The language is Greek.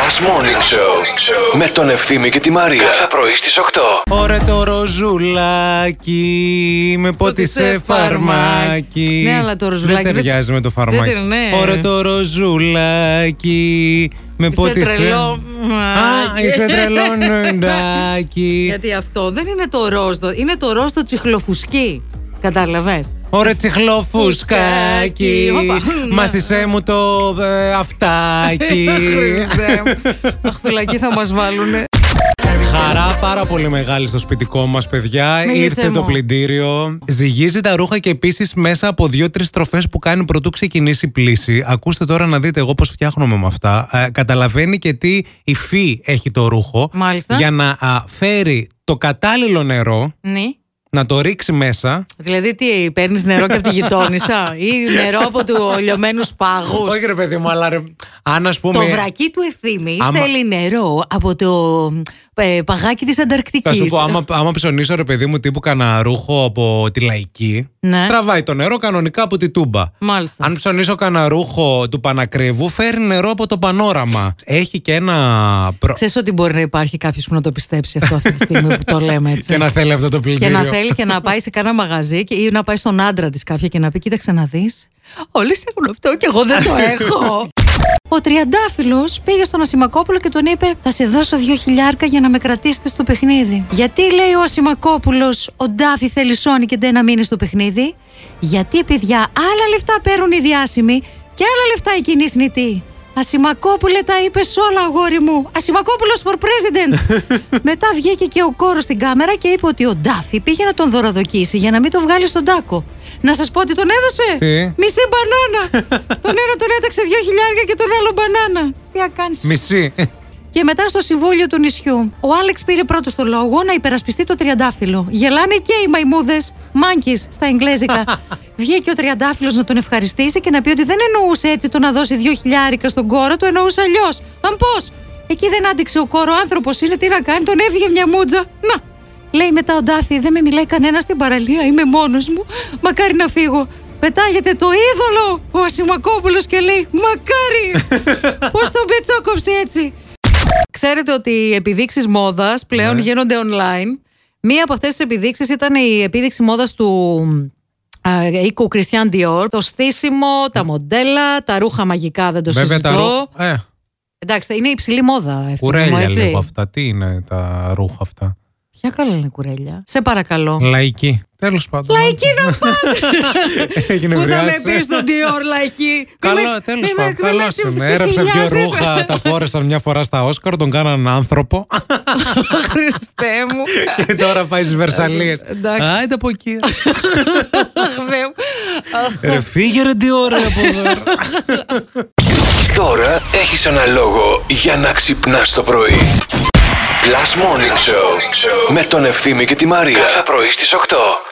Last Morning Show με τον Ευθύμη και τη Μαρία. Κάθε πρωί στις 8. Ωρε το ροζουλάκι με πότισε Πότισε φαρμάκι. φαρμάκι. Ναι, αλλά το ροζουλάκι δεν δεν- ταιριάζει με το φαρμάκι. δεν- ναι. Ωρε το ροζουλάκι με Είσαι πότισε. τρελό. Α, είσαι τρελό νουντάκι. Γιατί αυτό δεν είναι το ροζ, το- είναι το ροζ το τσιχλοφουσκί. Κατάλαβες. Ωρε τσιχλοφουσκάκι. Όπα. Μασισέ μου το ε, αυτάκι. Αχ, φυλακή θα μας βάλουνε. Χαρά πάρα πολύ μεγάλη στο σπιτικό μας, παιδιά. Μίλησε Ήρθε το μου. πλυντήριο. Ζυγίζει τα ρούχα και επίσης μέσα από δύο-τρει τροφέ που κάνει πρωτού ξεκινήσει η πλήση. Ακούστε τώρα να δείτε εγώ πώς φτιάχνομαι με αυτά. Ε, καταλαβαίνει και τι υφή έχει το ρούχο. Μάλιστα. Για να α, φέρει το κατάλληλο νερό, Ναι. να το ρίξει μέσα. Δηλαδή, τι παίρνεις νερό και από τη γειτόνισσα ή νερό από του λιωμένους πάγους. Όχι ρε παιδί μου, αλλά ρε, αν ας πούμε. Το βρακί του ευθύμη Άμα- θέλει νερό από το ε, παγάκι της Ανταρκτικής. Θα σου πω, άμα, άμα ψωνίσω ρε παιδί μου τύπου κανένα ρούχο από τη λαϊκή, Ναι. τραβάει το νερό κανονικά από τη τούμπα. Μάλιστα. Αν ψωνίσω κανένα ρούχο του Πανακριβού, φέρνει νερό από το πανόραμα. Έχει και ένα. Προ... Ξέρεις ότι μπορεί να υπάρχει κάποιος που να το πιστέψει αυτό αυτή τη στιγμή που το λέμε έτσι. Και να θέλει αυτό το ε, Και πλυντήριο. να θέλει και να πάει σε κάνα μαγαζί και, ή να πάει στον άντρα της κάποια και να πει: Κοίταξε να δεις. Όλοι σε έχουν αυτό και εγώ δεν το έχω. Ο τριαντάφυλλος πήγε στον Ασημακόπουλο και τον είπε: Θα σε δώσω δύο χιλιάρκα για να με κρατήσετε στο παιχνίδι. Γιατί λέει ο Ασημακόπουλος, ο Ντάφη θέλει σόνι και δεν να μείνει στο παιχνίδι. Γιατί παιδιά, άλλα λεφτά παίρνουν οι διάσημοι και άλλα λεφτά οι κινήθνητοι. Ασημακόπουλε τα είπες όλα, αγόρι μου. Ασημακόπουλος for president. Μετά βγήκε και ο κόρος στην κάμερα και είπε ότι ο Ντάφη πήγε να τον δωροδοκίσει για να μην τον βγάλει στον τάκο. Να σας πω ότι τον έδωσε. Τι? Μισή μπανάνα. τον ένα τον έταξε δύο χιλιάρια και τον άλλο μπανάνα. Τι να κάνεις. Μισή. Και μετά στο συμβούλιο του νησιού, ο Άλεξ πήρε πρώτος το λόγο να υπερασπιστεί το τριαντάφυλλο. Γελάνε και οι μαϊμούδες, μάγκης στα εγγλέζικα. Βγήκε ο τριαντάφυλλος να τον ευχαριστήσει και να πει ότι δεν εννοούσε έτσι το να δώσει δύο χιλιάρικα στον κόρο, το εννοούσε αλλιώς. Μα πώς! Εκεί δεν άντεξε ο κόρο, άνθρωπος είναι, τι να κάνει, τον έβγε μια μούτζα. Να, Λέει μετά ο Ντάφη, δεν με μιλάει κανένα στην παραλία, είμαι μόνος μου. Μακάρι να φύγω. Πετάγεται το είδωλο ο Ασημακόπουλος και λέει Μακάρι! Πώς τον πετσόκοψε έτσι. Ξέρετε ότι οι επιδείξεις μόδας πλέον Ναι. γίνονται online. Μία από αυτές τις επιδείξεις ήταν η επίδειξη μόδας του α, οίκου Κριστιαν Dior. Το στήσιμο, τα μοντέλα, τα ρούχα μαγικά δεν το Βέβαια τα συζητώ. ρούχα. Ε, Εντάξει, είναι υψηλή μόδα. Ευθύμη μου, κουρέλια έτσι. λίγο αυτά. Τι είναι τα ρούχα αυτά. Ποια καλά είναι κουρέλια. Σε παρακαλώ. Λαϊκή. Τέλος πάντων. Λαϊκή να πας. Έγινε Πού θα με βρειάς. πεις στον Dior λαϊκή. Καλό, τέλο πάντων. Καλό με είμαι. Έραψα δύο συμφιλιάζεις. ρούχα, τα φόρεσαν μια φορά στα Όσκαρ, τον κάναν άνθρωπο. Χριστέ μου. Και τώρα πάει στις Βερσαλίες. Ε, Εντάξει. Άιντε από εκεί. Αχ, Θεέ μου. Αχ. Ρε, Φύγε ρε τι ώρα από εδώ. Τώρα έχεις ένα λόγο για να ξυπνάς το πρωί. Last Morning Show με τον Ευθύμη και τη Μαρία. Κάθε πρωί στις 8.